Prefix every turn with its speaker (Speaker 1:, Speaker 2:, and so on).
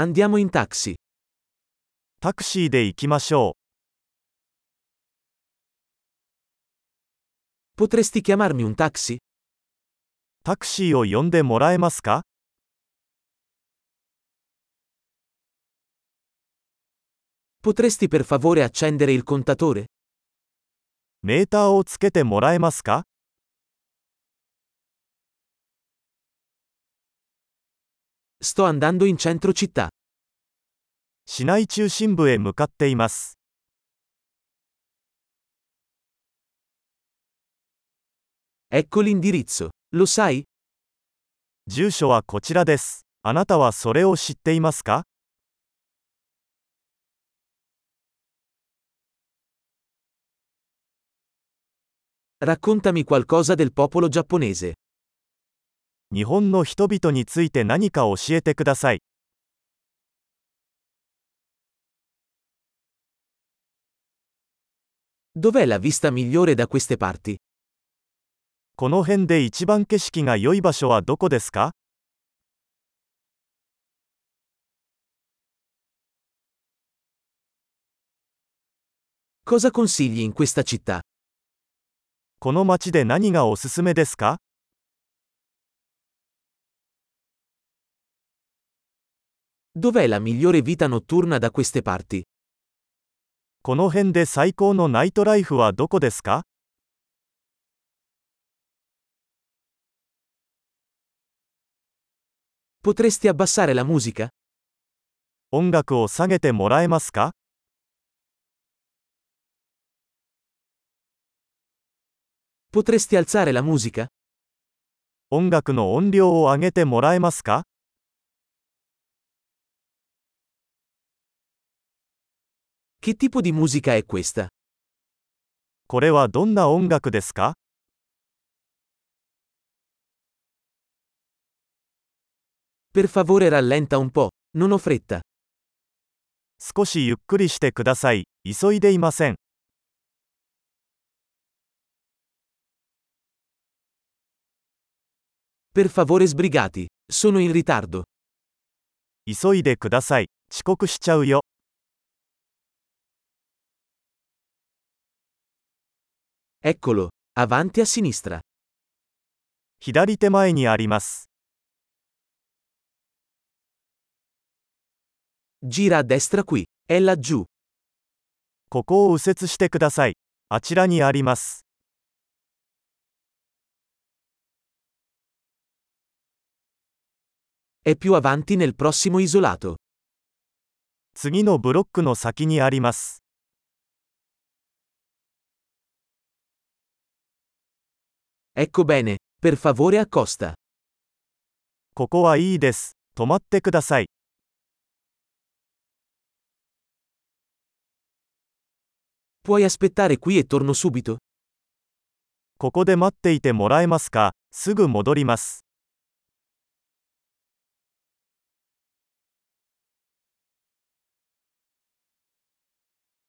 Speaker 1: Andiamo in taxi.
Speaker 2: タクシーで行きましょ
Speaker 1: Potresti chiamarmi un taxi?
Speaker 2: う。タクシーを呼んでもらえますか
Speaker 1: Potresti per favore accendere il contatore?
Speaker 2: メーターをつけてもらえますか
Speaker 1: Sto andando in centro città.
Speaker 2: 市内中心部へ向かっています。
Speaker 1: Ecco l'indirizzo. Lo sai?
Speaker 2: 住所はこちらです。あなたはそれを知っていますか
Speaker 1: Raccontami qualcosa del popolo giapponese.
Speaker 2: 日本の人々について何か教えてください。
Speaker 1: Dov'è la vista migliore da queste parti?
Speaker 2: この辺で一番景色が良い場所はどこですか
Speaker 1: Cosa consigli in questa città?
Speaker 2: この街で何がおすすめですか
Speaker 1: Dov'è la migliore vita notturna da queste parti?
Speaker 2: この辺で最高のナイトライフはどこですか
Speaker 1: Potresti abbassare la musica?
Speaker 2: 音楽を下げてもらえますか
Speaker 1: Potresti alzare la musica?
Speaker 2: 音楽の音量を上げてもらえますか
Speaker 1: Che tipo di musica è questa?
Speaker 2: これはどんな音楽ですか
Speaker 1: Per favore rallenta un po', non ho fretta.
Speaker 2: 少しゆっくりしてください。急いでいません。
Speaker 1: Per favore sbrigati, sono in ritardo.
Speaker 2: 急いでください。遅刻しちゃうよ。
Speaker 1: Eccolo, avanti a sinistra.
Speaker 2: 左手前にあります。
Speaker 1: Gira a destra qui, è laggiù.
Speaker 2: ここを右折してください。あちらにあります。
Speaker 1: È più avanti nel prossimo isolato.
Speaker 2: 次のブロックの先にあります。
Speaker 1: Ecco bene, per favore accosta.
Speaker 2: ここはいいです。止まってください。
Speaker 1: Puoi aspettare qui e torno subito?
Speaker 2: ここで待っていてもらえますかすぐ戻ります。